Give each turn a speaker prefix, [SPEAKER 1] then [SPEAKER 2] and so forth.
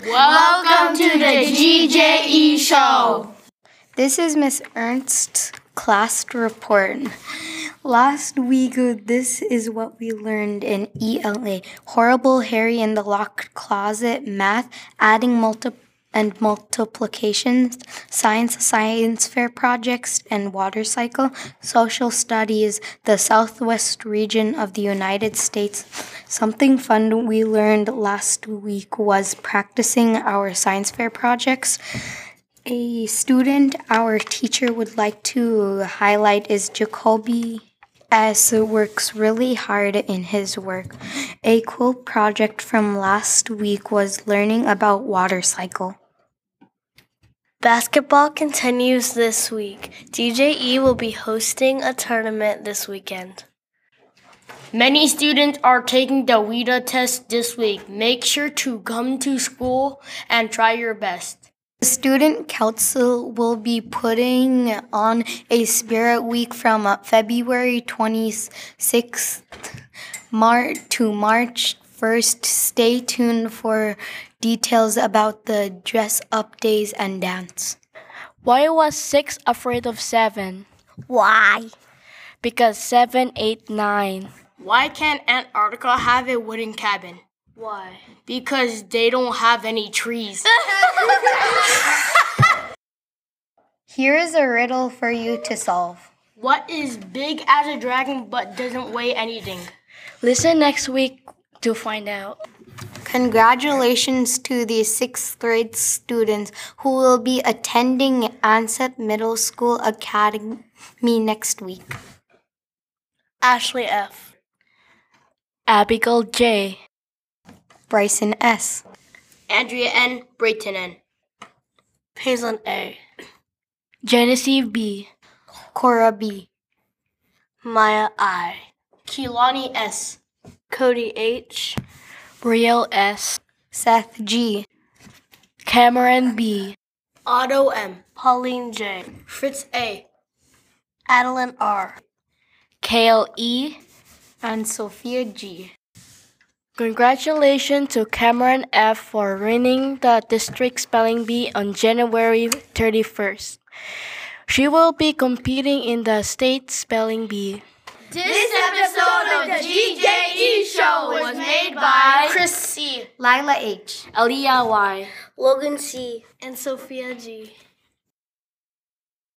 [SPEAKER 1] GJE E show.
[SPEAKER 2] This is Miss Ernst's class report. Last week, uh, this is what we learned in ELA: horrible Harry in the locked closet, math, adding multi and multiplications, science, science fair projects, and water cycle. Social studies, the southwest region of the United States. Something fun we learned last week was practicing our science fair projects. A student our teacher would like to highlight is Jacoby S. works really hard in his work. A cool project from last week was learning about water cycle.
[SPEAKER 3] Basketball continues this week. DJE will be hosting a tournament this weekend.
[SPEAKER 1] Many students are taking the WIDA test this week. Make sure to come to school and try your best.
[SPEAKER 2] The student council will be putting on a spirit week from uh, February 26th Mar- to March 1st. Stay tuned for details about the dress up days and dance.
[SPEAKER 4] Why was 6 afraid of 7?
[SPEAKER 5] Why?
[SPEAKER 4] Because seven, eight, nine.
[SPEAKER 1] Why can't Antarctica have a wooden cabin?
[SPEAKER 3] Why?
[SPEAKER 1] Because they don't have any trees.
[SPEAKER 2] Here is a riddle for you to solve.
[SPEAKER 1] What is big as a dragon but doesn't weigh anything?
[SPEAKER 4] Listen next week to find out.
[SPEAKER 2] Congratulations to the sixth grade students who will be attending Ansett Middle School Academy next week.
[SPEAKER 3] Ashley F.
[SPEAKER 4] Abigail J.
[SPEAKER 2] Bryson S.
[SPEAKER 1] Andrea N. Brayton N.
[SPEAKER 3] Paisley A.
[SPEAKER 4] Genevieve B.
[SPEAKER 2] Cora B.
[SPEAKER 3] Maya I.
[SPEAKER 1] Keelani S.
[SPEAKER 3] Cody H.
[SPEAKER 4] Brielle S.
[SPEAKER 2] Seth G.
[SPEAKER 4] Cameron B.
[SPEAKER 1] Otto M.
[SPEAKER 3] Pauline J.
[SPEAKER 1] Fritz A.
[SPEAKER 3] Adeline R.
[SPEAKER 4] Kale E.
[SPEAKER 2] And Sophia G.
[SPEAKER 4] Congratulations to Cameron F. for winning the district spelling bee on January 31st. She will be competing in the state spelling bee.
[SPEAKER 1] This episode of the GJE show was made by Chris C.
[SPEAKER 2] Lila H.
[SPEAKER 4] Aliyah Y.
[SPEAKER 3] Logan C. And Sophia G.